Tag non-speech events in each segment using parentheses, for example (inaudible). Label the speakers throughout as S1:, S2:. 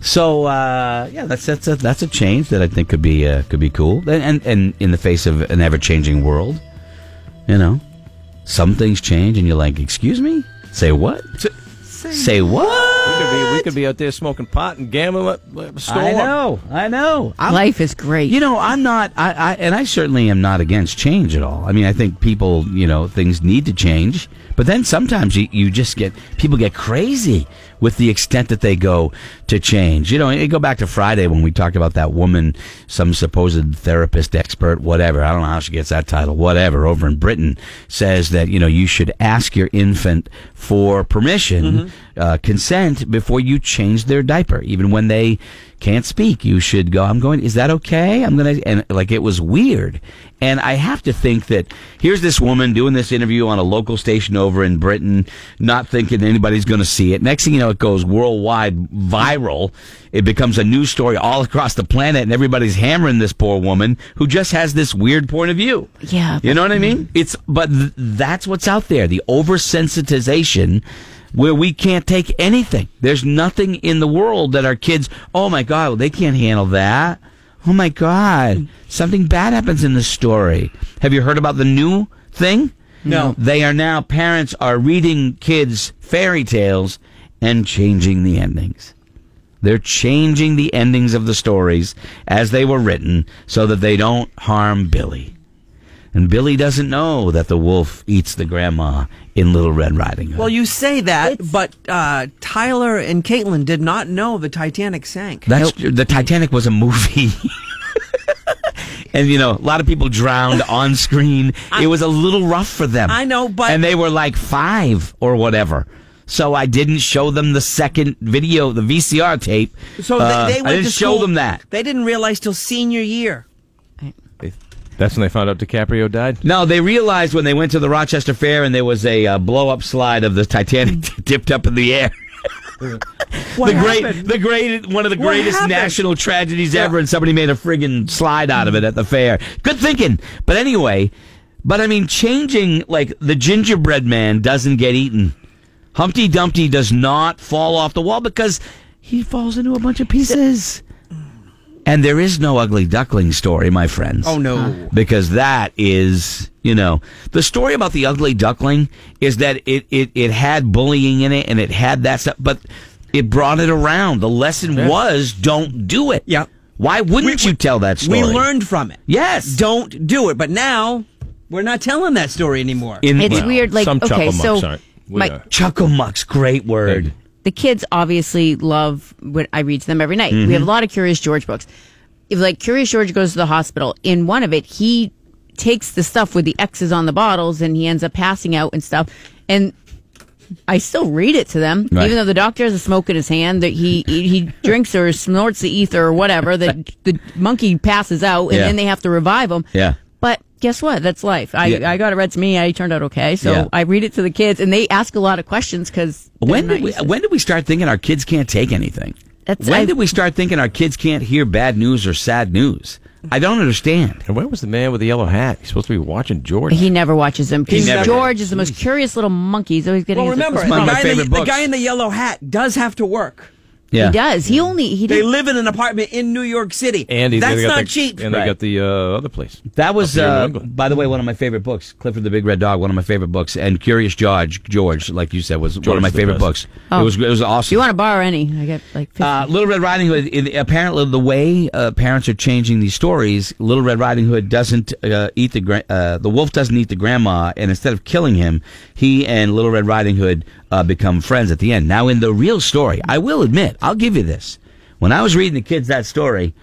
S1: So uh, yeah, that's that's a, that's a change that I think could be uh, could be cool, and, and and in the face of an ever changing world, you know, some things change, and you're like, "Excuse me, say what? Say
S2: We
S1: what?"
S2: could, be, we could be out there smoking pot and gambling. uh, Store
S1: I
S2: up.
S1: know, I know. I'm-
S3: Life is great.
S1: You know, I'm not, I, I, and I certainly am not against change at all. I mean, I think people, you know, things need to change. But then sometimes you, you just get, people get crazy with the extent that they go to change. You know, you go back to Friday when we talked about that woman, some supposed therapist, expert, whatever. I don't know how she gets that title, whatever, over in Britain says that, you know, you should ask your infant for permission, uh, consent before you change their diaper, even when they, can't speak. You should go. I'm going. Is that okay? I'm gonna. And like it was weird. And I have to think that here's this woman doing this interview on a local station over in Britain, not thinking anybody's going to see it. Next thing you know, it goes worldwide viral. It becomes a news story all across the planet, and everybody's hammering this poor woman who just has this weird point of view.
S3: Yeah,
S1: You know what I mean? It's but th- that's what's out there. The oversensitization where we can't take anything. There's nothing in the world that our kids, oh my god, they can't handle that. Oh my god, something bad happens in the story. Have you heard about the new thing?
S2: No.
S1: They are now parents are reading kids fairy tales and changing the endings. They're changing the endings of the stories as they were written so that they don't harm Billy. And Billy doesn't know that the wolf eats the grandma in Little Red Riding Hood.
S4: Well, you say that, but uh, Tyler and Caitlin did not know the Titanic sank.
S1: That's the Titanic was a movie. (laughs) And you know, a lot of people drowned on screen. it was a little rough for them.
S4: I know, but-
S1: and they were like five or whatever. So I didn't show them the second video, the VCR tape.
S4: so
S1: Uh,
S4: they, they went
S1: I didn't
S4: to
S1: show
S4: school-
S1: them that.
S4: They didn't realize till senior year.
S2: That's when they found out DiCaprio died.
S1: No, they realized when they went to the Rochester Fair and there was a uh, blow up slide of the Titanic (laughs)
S4: Hmm.
S1: dipped up in the air. the great, the great, one of the
S4: What
S1: greatest
S4: happened?
S1: national tragedies ever, and somebody made a friggin' slide out of it at the fair. Good thinking, but anyway, but I mean, changing like the gingerbread man doesn't get eaten. Humpty Dumpty does not fall off the wall because he falls into a bunch of pieces. And there is no ugly duckling story, my friends
S4: Oh no!
S1: because that is you know the story about the ugly duckling is that it it, it had bullying in it and it had that stuff but it brought it around the lesson was don't do it
S4: Yeah.
S1: why wouldn't you tell that story
S4: We learned from it.
S1: yes
S4: Don't do it. But now we're not telling that story anymore.
S1: in
S3: it's
S1: well,
S3: weird. Like
S2: some
S3: okay,
S2: chuckle
S3: so
S2: mucks aren't. We
S3: my,
S2: are.
S1: chucklemucks great word
S3: the kids obviously love what I read to them every night.
S1: Mm-hmm.
S3: We have a lot of Curious George books. If like Curious George goes to the hospital, in one of it, he takes the stuff with the X's on the bottles and he ends up passing out and stuff. And I still read it to them,
S1: Right.
S3: even though the doctor has a smoke in his hand that he he he
S1: (laughs)
S3: drinks or snorts the ether or whatever. That the monkey passes out, and
S1: Yeah.
S3: then they have to revive him.
S1: Yeah.
S3: But guess what? That's life. I,
S1: Yeah.
S3: I got it read to me. I turned out okay. So
S1: Yeah.
S3: I read it to the kids, and they ask a lot of questions because
S1: when did we when did we start thinking our kids can't take anything
S3: That's-
S1: when
S3: I-
S1: did we start thinking our kids can't hear bad news or sad news i don't understand
S2: And where was the man with the yellow hat? He's supposed to be watching George.
S3: He never watches him
S1: He
S3: because
S1: never-
S3: George is the most curious little monkey. He's always getting.
S4: well,
S3: his
S4: remember, the
S1: one of my
S4: guy, in the,
S1: favorite
S4: the
S1: books.
S4: guy in the yellow hat does have to work.
S1: yeah
S3: he does. He only he
S4: They
S3: did.
S4: live in an apartment in New York City.
S2: and he,
S4: that's
S2: they got
S4: not
S2: the,
S4: cheap.
S2: And they
S1: Right.
S2: got the uh, other place.
S1: That was,
S2: Up here in New
S1: uh,
S2: England.
S1: by the way, one of my favorite books, Clifford the Big Red Dog. One of my favorite books, and Curious George, George, like you said, was one of
S2: George
S1: my
S2: the
S1: favorite books.
S2: best.
S1: It was, it was
S3: If you
S1: awesome.
S3: want to borrow any, I get like. 50.
S1: uh, Little Red Riding Hood. In, apparently, the way uh, parents are changing these stories, Little Red Riding Hood doesn't uh, eat the gra- uh, the wolf doesn't eat the grandma, and instead of killing him, he and Little Red Riding Hood uh, become friends at the end. Now, in the real story, I will admit, I'll give you this. When I was reading the kids that story,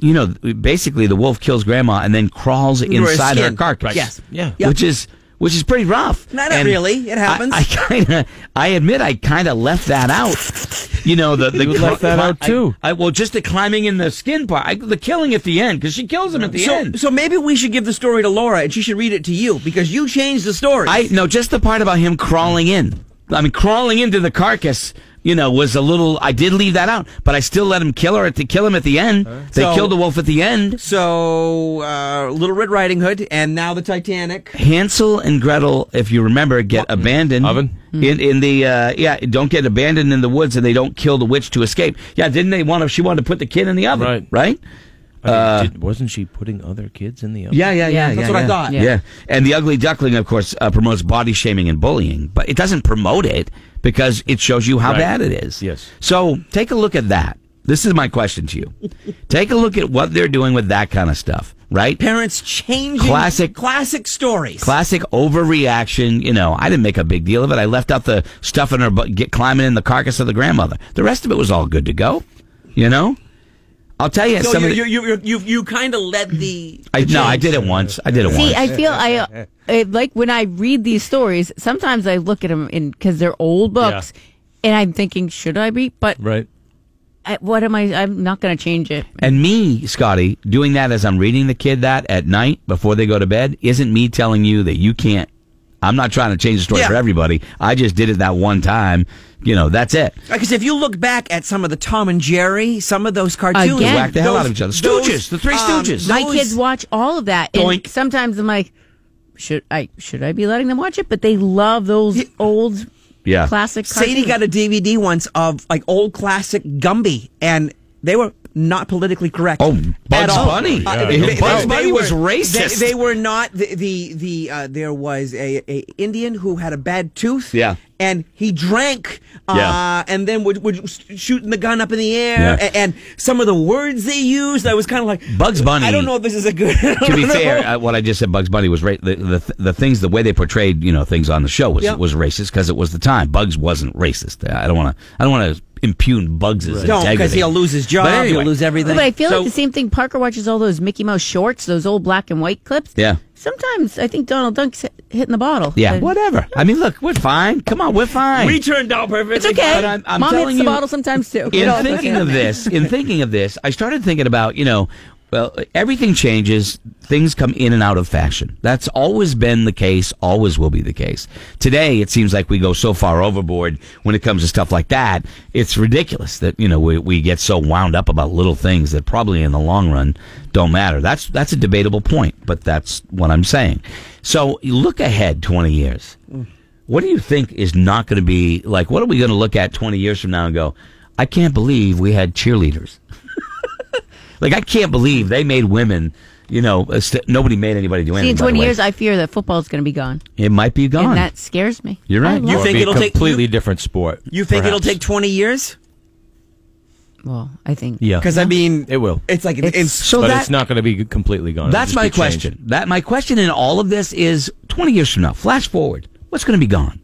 S1: you know, basically the wolf kills grandma and then crawls
S4: her
S1: inside her
S4: skin.
S1: carcass.
S4: Right. Yes.
S2: Yeah.
S4: Yep.
S1: Which is which is pretty rough.
S4: No, not really. It happens.
S1: I, I kind of, I admit, I kind of left that out. You know, the the
S2: You left that out,
S1: I-
S2: too.
S1: I, well, just the climbing in the skin part, I, the killing at the end, because she kills him at the
S4: so,
S1: end.
S4: so maybe we should give the story to Laura and she should read it to you because you changed the story.
S1: I no, just the part about him crawling in. I mean, crawling into the carcass. you know, was a little. I did leave that out, but I still let him kill her at the kill him at the end. They
S4: So-
S1: killed the wolf at the end.
S4: So, uh, Little Red Riding Hood, and now the Titanic.
S1: Hansel and Gretel, if you remember, get abandoned
S2: Oven? Hmm.
S1: in in the uh, yeah. Don't get abandoned in the woods, and they don't kill the witch to escape. Yeah, didn't they want to? She wanted to put the kid in the oven,
S2: Right.
S1: Right.
S2: I mean,
S4: Uh,
S2: did- wasn't she putting other kids in the oven?
S1: Yeah, yeah, yeah.
S3: Yeah.
S1: yeah,
S4: That's what I
S1: yeah.
S4: thought.
S1: Yeah.
S3: Yeah.
S1: and the ugly duckling, of course, uh, promotes body shaming and bullying, but it doesn't promote it because it shows you how
S2: Right.
S1: bad it is.
S2: Yes.
S1: So take a look at that. This is my question
S4: (laughs)
S1: to you. take a look at what they're doing with that kind of stuff, right?
S4: Parents changing
S1: Classic-
S4: classic stories.
S1: Classic overreaction. You know, I didn't make a big deal of it. I left out the stuff in her, butt, get climbing in the carcass of the grandmother. The rest of it was all good to go. You know, I'll tell you.
S4: so
S1: some
S4: you
S1: of the,
S4: you you you, you, you kind of led the.
S1: I,
S4: the
S1: no, I
S4: change.
S1: did it once. I did it once.
S3: See, I feel I, I like when I read these stories. Sometimes I look at them in because they're old books, and I'm thinking, should I be? But
S2: Right.
S3: I, what am I? I'm not going to change it.
S1: And me, Scotty, doing that as I'm reading the kid that at night before they go to bed isn't me telling you that you can't. I'm not trying to change the story
S4: Yeah.
S1: for everybody. I just did it that one time. You know, that's it.
S4: Because if you look back at some of the Tom and Jerry, some of those cartoons,
S3: Again. Whack
S1: the hell
S4: those-
S1: out of each other.
S4: those,
S1: Stooges, the Three
S4: um,
S1: Stooges.
S3: My
S4: those-
S3: kids watch all of that, and
S1: Doink.
S3: sometimes I'm like, should I? Should I be letting them watch it? But they love those old,
S1: Yeah.
S3: classic.
S4: Sadie
S3: cartoons.
S4: got a DVD once of like old classic Gumby, and they were not politically correct.
S1: Oh,
S4: at
S1: Bugs
S4: all.
S1: Bunny.
S4: Uh,
S2: Yeah,
S4: they- they-
S2: Bugs
S4: they
S1: Bunny was
S4: were-
S1: racist.
S4: They, they were not the the, the uh, there was a, a Indian who had a bad tooth.
S1: Yeah.
S4: and he drank. Uh,
S1: Yeah.
S4: and then would would s- shooting the gun up in the air,
S1: Yeah.
S4: a- and, some of the words they used. I was kind of like
S1: Bugs Bunny-
S4: I don't know if this is a good. (laughs)
S1: to be fair, uh, what I just said, Bugs Bunny was ra- the, the the things the way they portrayed you know things on the show was
S4: Yep.
S1: was racist because it was the time. Bugs wasn't racist. I don't want to. I don't want to impugn Bugs'
S4: don't
S1: integrity
S4: because he'll lose his
S1: But
S4: job.
S1: anyway.
S4: He'll lose everything.
S3: But I feel
S1: So-
S3: like the same thing. Parker watches all those Mickey Mouse shorts, those old black and white clips.
S1: Yeah.
S3: Sometimes I think Donald Dunk's hit- hitting the bottle.
S1: Yeah,
S3: But
S1: whatever. I mean, look, we're fine. Come on, we're fine.
S4: we turned out perfectly.
S3: It's okay.
S1: But I'm- I'm
S3: Mom hits
S1: telling
S3: the
S1: you-
S3: bottle sometimes (laughs) too.
S1: in
S3: It all-
S1: thinking of this, in thinking of this, I started thinking about you know, well, everything changes. Things come in and out of fashion. That's always been the case. Always will be the case. Today, it seems like we go so far overboard when it comes to stuff like that. It's ridiculous that you know we, we get so wound up about little things that probably in the long run don't matter. That's that's a debatable point, but that's what I'm saying. So you look ahead 20 years. What do you think is not going to be like? What are we going to look at 20 years from now and go, I can't believe we had cheerleaders? (laughs) like, I can't believe they made women, you know, uh, st- nobody made anybody do
S3: See,
S1: anything.
S3: in
S1: by the
S3: 20 years,
S1: way.
S3: I fear that football's going to be gone.
S1: it might be gone.
S3: And that scares me.
S1: You're right.
S3: I love-
S4: You
S2: Or
S4: think
S2: be
S4: it'll
S2: a
S4: take-
S2: completely
S4: you-
S2: different sport?
S4: You think it'll
S2: perhaps.
S4: take 20 years?
S3: well, I think.
S2: Yeah.
S4: Because I mean,
S2: It will.
S4: It's like
S3: It's-
S4: it's
S1: so
S2: but
S1: that-
S2: it's not going to be completely gone. It'll
S1: That's
S2: just
S1: my
S2: be changed.
S1: question. That my question in all of this is 20 years from now, flash forward, what's going to be gone?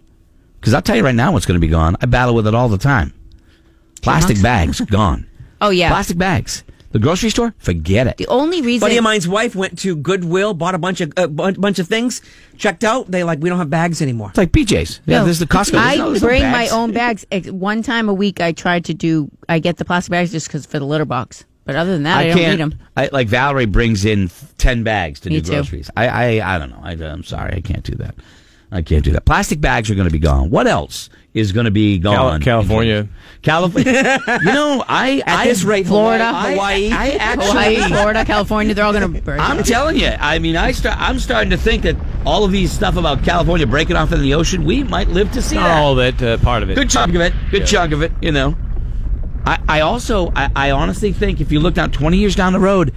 S1: Because I'll tell you right now what's going to be gone. I battle with it all the time. Plastic bags (laughs) gone.
S3: Oh, yeah.
S1: Plastic bags. The grocery store, forget it.
S3: The only reason.
S4: buddy of mine's wife went to Goodwill, bought a bunch of a bu- bunch of things, checked out. They like we don't have bags anymore.
S1: It's like PJs. Yeah,
S3: No.
S1: this is the Costco.
S3: I
S1: There's no- there's no
S3: bring my
S1: bags.
S3: own bags. Ex- One time a week, I try to do. I get the plastic bags just because for the litter box. But other than that, I, don't need them.
S1: I, like Valerie brings in f- ten bags to
S3: Me
S1: do
S3: too.
S1: groceries. I, I I don't know. I, I'm sorry. I can't do that. I can't do that. Plastic bags are going to be gone. What else is going to be gone?
S2: California.
S4: (laughs)
S1: California. you know, I
S4: At
S1: I,
S4: this rate,
S3: Florida,
S4: Hawaii,
S1: I, I actually.
S3: Hawaii, Florida, California, they're all going to burn.
S1: I'm telling you. I mean, I start. I'm starting to think that all of these stuff about California breaking off in the ocean, we might live to see
S2: Not
S1: that.
S2: all that uh, part of it.
S1: good chunk of it. Good
S2: Yeah.
S1: chunk of it. You know, I, I also I, I honestly think if you look down twenty years down the road,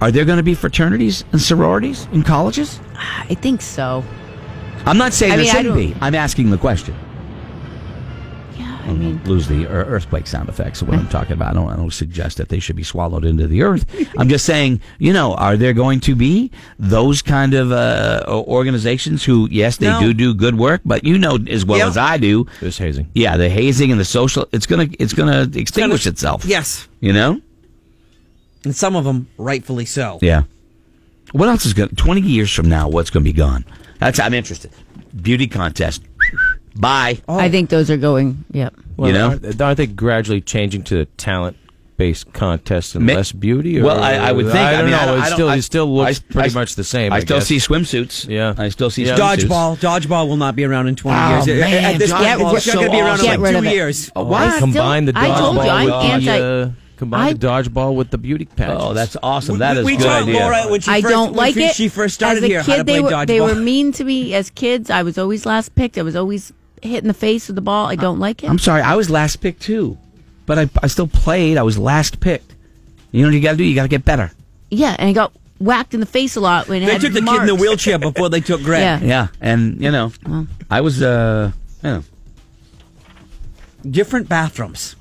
S1: are there going to be fraternities and sororities in colleges?
S3: I think so.
S1: I'm not saying
S3: I
S1: there
S3: mean, I
S1: shouldn't be. I'm asking the question.
S3: Yeah,
S4: Mm-hmm.
S3: I
S1: I
S3: mean.
S1: don't lose the ear- earthquake sound effects of what I'm talking about. I don't, I don't suggest that they should be swallowed into the earth. I'm just saying, you know, are there going to be those kind of uh, organizations who, yes, they
S4: No.
S1: do do good work, but you know as well
S4: Yeah.
S1: as I do,
S2: There's hazing.
S1: yeah, the hazing and the social, it's gonna, it's gonna extinguish itself.
S4: Yes,
S1: You know?
S4: and some of them rightfully so.
S1: Yeah. What else is going to, 20 years from now, what's going to be gone? That's, I'm interested. Beauty contest. Bye.
S2: Oh,
S4: Oh.
S3: I think those are going. Yep.
S1: know?
S2: aren't, aren't they gradually changing to talent based contest and
S1: Ma-
S2: less beauty? Or,
S1: well, I, I would think.
S2: I don't
S1: mean,
S2: know.
S1: I,
S2: it
S1: I don't-
S2: still,
S1: I-
S2: it still looks
S1: I-
S2: pretty
S1: I-
S2: much the same.
S1: I,
S2: I,
S1: still
S2: guess.
S1: see swimsuits.
S2: Yeah.
S1: I still see
S2: Yeah.
S1: swimsuits.
S4: Dodgeball. Dodgeball will not be around in 20
S1: Oh,
S4: years.
S1: man,
S4: At this point,
S3: dodgeball
S4: it's
S3: is
S4: not going to
S3: so
S4: be around
S3: awesome.
S4: in
S3: Get
S4: like
S3: rid
S4: two
S3: of it.
S4: years.
S1: Oh,
S2: Why
S1: I still-
S2: combine the
S3: I told you,
S2: dodgeball
S3: I'm
S2: with the,
S3: anti-
S2: uh, combine
S3: I-
S2: the dodgeball with the beauty pageant.
S1: Oh, that's awesome.
S4: We-
S1: That is
S4: we
S1: a good
S4: taught
S1: idea.
S4: Laura when she
S3: I
S4: first,
S3: don't
S4: when
S3: like
S4: she-
S3: it.
S4: She first started
S3: As a
S4: here
S3: kid,
S4: how to play
S3: they were
S4: dodgeball.
S3: they were mean to me. As kids, I was always last picked. I was always hit in the face with the ball.
S4: Uh,
S3: I don't like it.
S1: I'm sorry, I was last picked too, but I, I still played. I was last picked. You know what you got to do? You got to get better.
S3: yeah, and I got whacked in the face a lot when it
S4: They
S3: had
S4: took the kid in the
S3: marks.
S4: wheelchair before they took Greg.
S3: (laughs) Yeah.
S1: Yeah, and you know, I was uh, you know,
S4: Different bathrooms.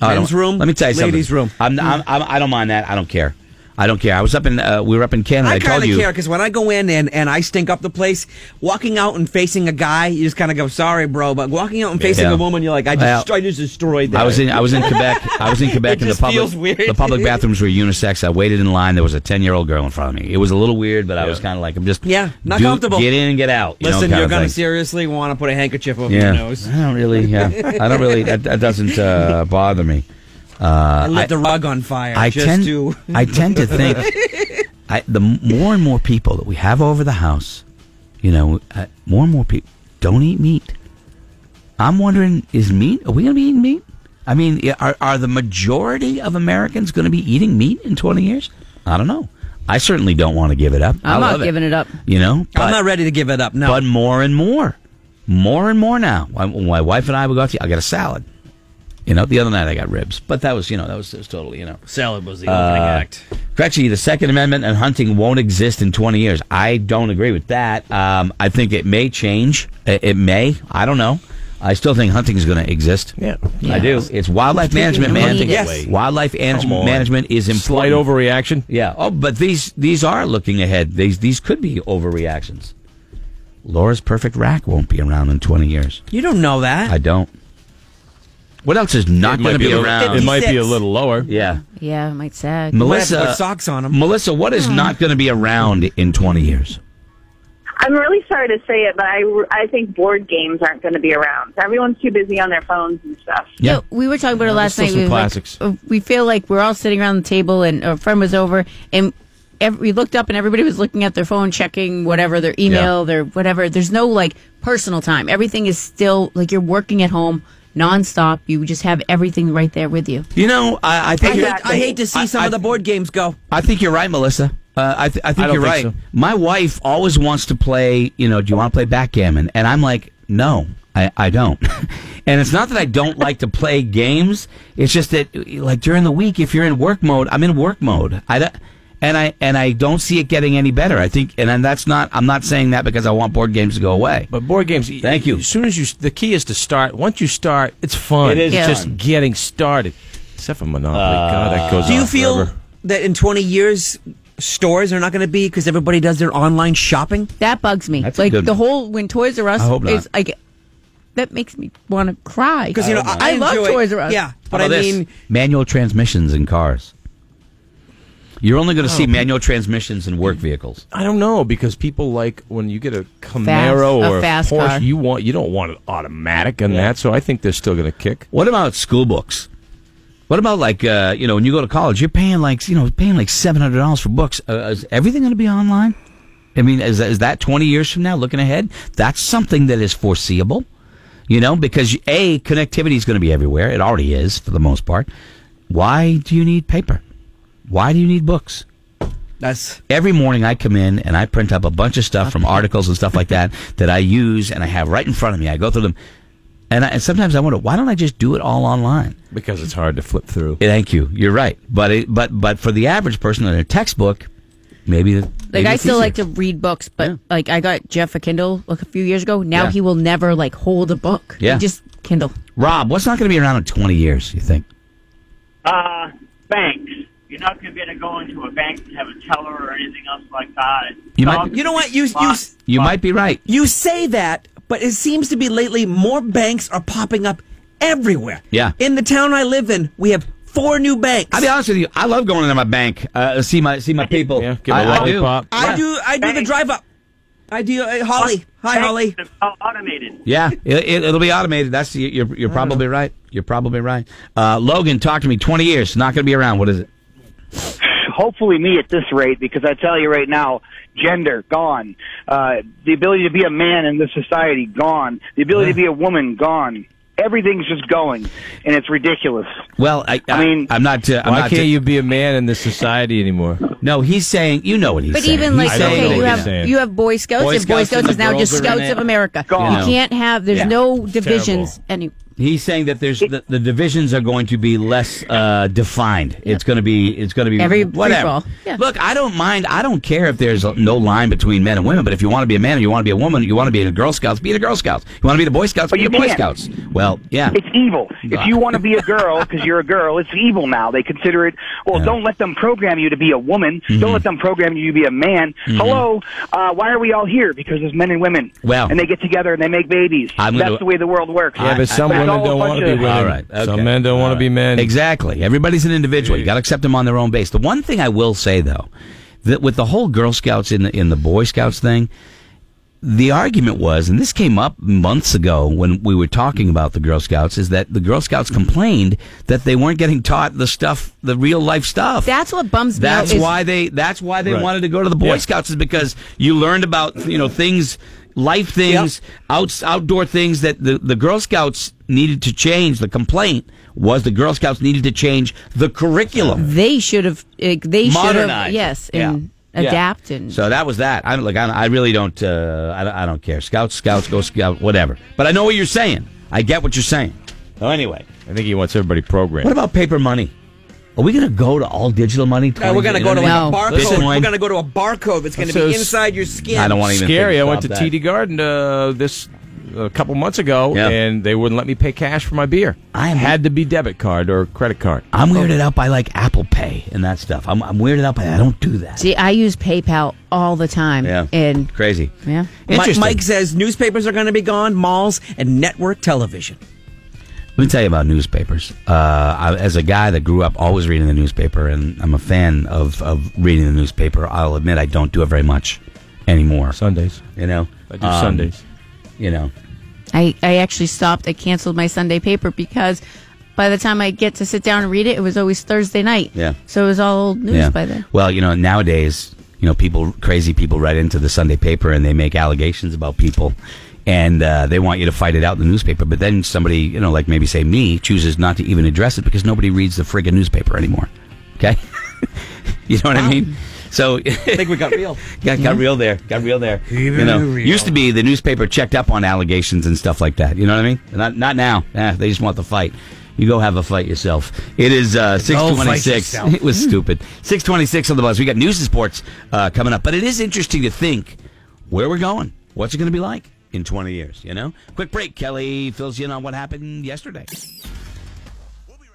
S1: I don't-
S4: Men's room,
S1: Let me tell you something.
S4: ladies' room. Hmm.
S1: I'm, I'm, I'm I don't mind that. I don't care. I don't care. I was up in uh, we were up in Canada. I,
S4: I
S1: told
S4: kind of
S1: you.
S4: care because when I go in and, and I stink up the place, walking out and facing a guy, you just kind of go, sorry, bro. But walking out and facing
S1: Yeah.
S4: a woman, you're like, I just,
S1: Well,
S4: I just destroyed that.
S1: I was in I was in Quebec. I was
S4: (laughs)
S1: in Quebec
S4: It
S1: in the
S4: just
S1: public
S4: feels weird.
S1: the public bathrooms were unisex. I waited in line. There was a ten year old girl in front of me. It was a little weird, but I was kind of like I'm just
S4: Yeah, not
S1: do-
S4: comfortable.
S1: Get in and get out. You
S4: Listen,
S1: know,
S4: you're
S1: kind
S4: going to
S1: of thing.
S4: seriously want to put a handkerchief over
S1: yeah.
S4: your nose.
S1: I don't really. Yeah, I don't really. That, that doesn't uh, bother me. Uh,
S4: (laughs) I lit the rug on fire.
S1: I
S4: just
S1: tend
S4: to.
S1: (laughs) I tend to think I, the more and more people that we have over the house, you know, uh, more and more people don't eat meat. I'm wondering, is meat? Are we going to be eating meat? I mean, yeah, are are the majority of Americans going to be eating meat in 20 years? I don't know. I certainly don't want to give it up. I
S3: I'm
S1: love
S3: not giving it up.
S1: You know, but-
S4: I'm not ready to give it up. No.
S1: but more and more, more and more now. My, my wife and I would go out to. I got a salad. You know, the other night I got ribs, but that was you know that was, that was totally you know
S2: salad was
S1: uh,
S2: the opening act.
S1: Gretchen, the Second Amendment and hunting won't exist in 20 years. I don't agree with that. Um, I think it may change. It, it may. I don't know. I still think hunting is going to exist.
S2: Yeah.
S1: I do. It's wildlife management, man.
S3: hunting
S4: Yes. away.
S1: Wildlife manage-
S2: Come on.
S1: management is important.
S2: Slight overreaction.
S1: Yeah. Oh, but these these are looking ahead. These these could be overreactions. Laura's perfect rack won't be around in 20 years.
S4: you don't know that.
S1: I don't. What else is not going
S2: It might
S1: to
S2: be
S1: be
S2: a little-
S1: around?
S2: It might be a
S4: 56.
S2: little lower.
S1: yeah.
S3: Yeah, it might sag.
S4: might have to
S1: Melissa,
S4: put socks on 'em.
S1: Melissa, what is not going to be around in 20 years?
S5: I'm really sorry to say it, but I, I think board games aren't going to be around. Everyone's too busy on their phones and stuff.
S1: Yeah.
S3: No, we were talking about it last
S2: there's still
S3: night. We,
S2: some
S3: were like-
S2: classics.
S3: uh, we feel like we're all sitting around the table, and a friend was over, and ev we looked up, and everybody was looking at their phone, checking whatever their email, their whatever. There's no like personal time. Everything is still like you're working at home nonstop. You just have everything right there with you.
S1: You know, I, I
S4: I,
S1: think
S4: hate,
S1: you're-
S5: Exactly.
S4: I hate to see
S1: I-
S4: some
S1: I-
S4: of the board games go.
S1: I think you're right, Melissa. Uh, I, th- I think
S2: I don't
S1: you're right.
S2: think so.
S1: My wife always wants to play. You know, do you want to play backgammon? And I'm like, no, I, I don't. (laughs) and it's not that I don't like to play games. It's just that, like during the week, if you're in work mode, I'm in work mode. I don't, and I and I don't see it getting any better. I think, and, and that's not. I'm not saying that because I want board games to go away.
S2: But board games.
S1: Thank you.
S2: As soon as you, the key is to start. Once you start, it's fun.
S1: It is
S2: It's just
S1: fun. Uh,
S2: getting started. Except for Monopoly. God, that goes
S4: Do you
S2: on
S4: feel
S2: forever.
S4: that in 20 years stores are not going to be because everybody does their online shopping?
S3: That bugs me.
S1: That's a
S3: like
S1: good
S3: the
S1: one.
S3: whole when Toys R Us
S1: I hope not.
S3: is like that makes me want to cry
S4: Because you know, I,
S3: I love
S4: enjoy-
S3: Toys R Us.
S4: Yeah, but
S1: How
S4: I
S1: about this?
S4: mean,
S1: manual transmissions in cars. You're only
S4: Oh.
S1: going to see manual transmissions in work vehicles.
S2: I don't know because people like when you get a
S3: a
S2: Camaro or a
S3: fast
S2: Porsche,
S3: car.
S2: you want you don't want it automatic and that. So I think they're still going to kick.
S1: What about school books? What about like uh, you know when you go to college, you're paying like you know paying like seven hundred dollars for books. Uh, is everything going to be online? I mean, is that, is that twenty years from now? Looking ahead, that's something that is foreseeable. You know, because a connectivity is going to be everywhere. It already is for the most part. Why do you need paper? Why do you need books?
S4: that's
S1: every morning I come in and I print up a bunch of stuff from articles and stuff like
S3: (laughs)
S1: that that I use and I have right in front of me. I go through them, and, I, and sometimes I wonder why don't I just do it all online?
S2: Because it's hard to flip through.
S1: Thank you, you're right. But it, but but for the average person in a textbook, maybe the,
S3: Like
S1: maybe
S3: I
S1: it's
S3: still
S1: easier.
S3: like to read books, but like I got Jeff a Kindle like a few years ago. Now
S1: Yeah.
S3: he will never like hold a book. He
S1: Yeah.
S3: just Kindle.
S1: Rob, what's not going to be around in 20 years? You think?
S6: Uh, banks. You're not going to be able to go into a bank and have a teller or anything else like that.
S1: You
S6: It's
S1: might-
S6: all-
S4: You know what? You- you-
S6: Lots-
S1: You
S6: lots-
S1: might be right.
S4: you say that, but it seems to be lately more banks are popping up everywhere.
S1: Yeah.
S4: in the town I live in, we have four new banks.
S1: I'll be honest with you. I love going into uh, my bank, uh, see my see my people.
S2: Yeah, give
S1: I,
S2: a
S1: I do.
S2: lollipop.
S4: I do I do the drive up. I do. uh, Holly. Hi,
S6: Banks
S4: Holly.
S6: is all automated.
S1: Yeah, it, it, will be automated. That's you're,
S3: Oh.
S1: you're probably right. You're probably right. Uh, Logan, talk to me. Twenty years, not going to be around. What is it?
S7: hopefully me at this rate because I tell you right now, gender gone. Uh, the ability to be a man in this society gone. The ability to be a woman gone. Everything's just going, and it's ridiculous.
S1: Well, I, I,
S7: I mean-
S1: I'm not. Uh, I'm
S2: Why
S1: not
S2: can't
S1: t-
S2: you be a man in this society anymore?
S1: No, he's saying. You know what he's
S3: But
S1: saying.
S3: even like
S1: He's saying-
S2: know
S3: okay, you
S2: what he's
S3: have
S2: saying.
S3: you have Boy Scouts,
S1: Boy
S3: and Boy
S1: Scouts and
S3: Scouts
S1: the
S3: is now
S1: girls
S3: just
S1: are in
S3: Scouts
S1: it.
S3: of America.
S7: Gone.
S1: You know.
S3: You can't have. There's
S1: Yeah.
S3: no divisions
S2: Terrible.
S3: any.
S1: He's saying that there's the, the divisions are going to be less uh, defined. It's going to be it's going to be
S3: Every
S1: whatever.
S3: free-for-all. Yeah.
S1: Look, I don't mind. I don't care if there's no line between men and women. But if you want to be a man, or you want to be a woman, you want to be in the Girl Scouts, be in the Girl Scouts. You want to be the Boy Scouts,
S7: But
S1: be
S7: you
S1: the Boy
S7: can't.
S1: Scouts. Well, yeah.
S7: It's evil. If you want to be a girl because you're a girl, it's evil now. They consider it. Well, don't let them program you to be a woman.
S1: Mm-hmm.
S7: Don't let them program you to be a man. Hello, uh, why are we all here? Because there's men and women.
S1: Well-
S7: and they get together and they make babies.
S1: I'm gonna-
S7: That's the way the world works.
S1: Yeah,
S2: Yeah, but some
S7: It's
S2: women
S7: all a
S2: don't
S7: bunch
S2: want to be
S7: of-
S2: women.
S1: All right. okay.
S2: Some men don't
S1: All
S2: want to be
S1: right.
S2: men.
S1: Exactly. Everybody's an individual. You got to accept them on their own base. The one thing I will say though, that with the whole Girl Scouts in the in the Boy Scouts thing, the argument was, and this came up months ago when we were talking about the Girl Scouts, is that the Girl Scouts complained that they weren't getting taught the stuff, the real life stuff.
S3: That's what bums me out
S1: That's
S3: is-
S1: why they. That's why they
S2: Right.
S1: wanted to go to the Boy
S2: Yeah.
S1: Scouts is because you learned about you know things, life things, outs, outdoor things that the the Girl Scouts needed to change. The complaint was the Girl Scouts needed to change the curriculum,
S3: They should have. eh, They should
S1: modernize,
S3: have.
S1: it.
S3: Yes,
S1: Yeah.
S3: and
S1: Yeah.
S3: adapt and.
S1: So that was that. I don't, look, I, don't- I really don't, uh, I don't. I don't care. Scouts, Scouts, go Scout, whatever. But I know what you're saying. I get what you're saying. So anyway,
S2: I think he wants everybody programmed.
S1: what about paper money? Are we going to go to all digital money?
S4: No, Uh, we're gonna go to like
S3: No.
S4: a barcode.
S1: Listen.
S4: We're gonna go to a barcode that's gonna
S2: So
S4: be
S2: s-
S4: inside your skin.
S1: I don't want to even
S2: scary.
S1: Think
S2: I went to
S1: about that.
S2: TD Garden uh, this a couple months ago,
S1: Yeah.
S2: and they wouldn't let me pay cash for my beer.
S1: I am-
S2: had to be debit card or credit card.
S1: I'm weirded out by like Apple Pay and that stuff. I'm, I'm weirded out by that. I don't do that.
S3: See, I use PayPal all the time. And
S1: crazy.
S3: yeah.
S4: Mi-
S1: Interesting.
S4: Mike says newspapers are going to be gone, malls, and network television.
S1: Let me tell you about newspapers. Uh, I, as a guy that grew up always reading the newspaper, and I'm a fan of, of reading the newspaper, I'll admit I don't do it very much anymore.
S2: Sundays.
S1: you know,
S2: I do
S1: Um,
S2: Sundays.
S1: You know,
S3: I, I actually stopped. I canceled my Sunday paper because by the time I get to sit down and read it, it was always Thursday night.
S1: Yeah.
S3: So it was all old news
S1: yeah.
S3: by then.
S1: Well, you know, nowadays, you know, people crazy people write into the Sunday paper and they make allegations about people. And uh, they want you to fight it out in the newspaper, but then somebody, you know, like maybe say me, chooses not to even address it because nobody reads the friggin' newspaper anymore. Okay, (laughs) you know what I mean? So
S4: I think we got real.
S1: Got, got real there. Got real there. you know, used to be the newspaper checked up on allegations and stuff like that. You know what I mean? Not not now. Eh, they just want the fight. You go have a fight yourself. It is uh, six twenty six. It was stupid. Six twenty six on the bus. We got news and sports uh, coming up, but it is interesting to think where we're going. What's it going to be like in twenty years? You know. Quick break. Kelly fills you in on what happened yesterday.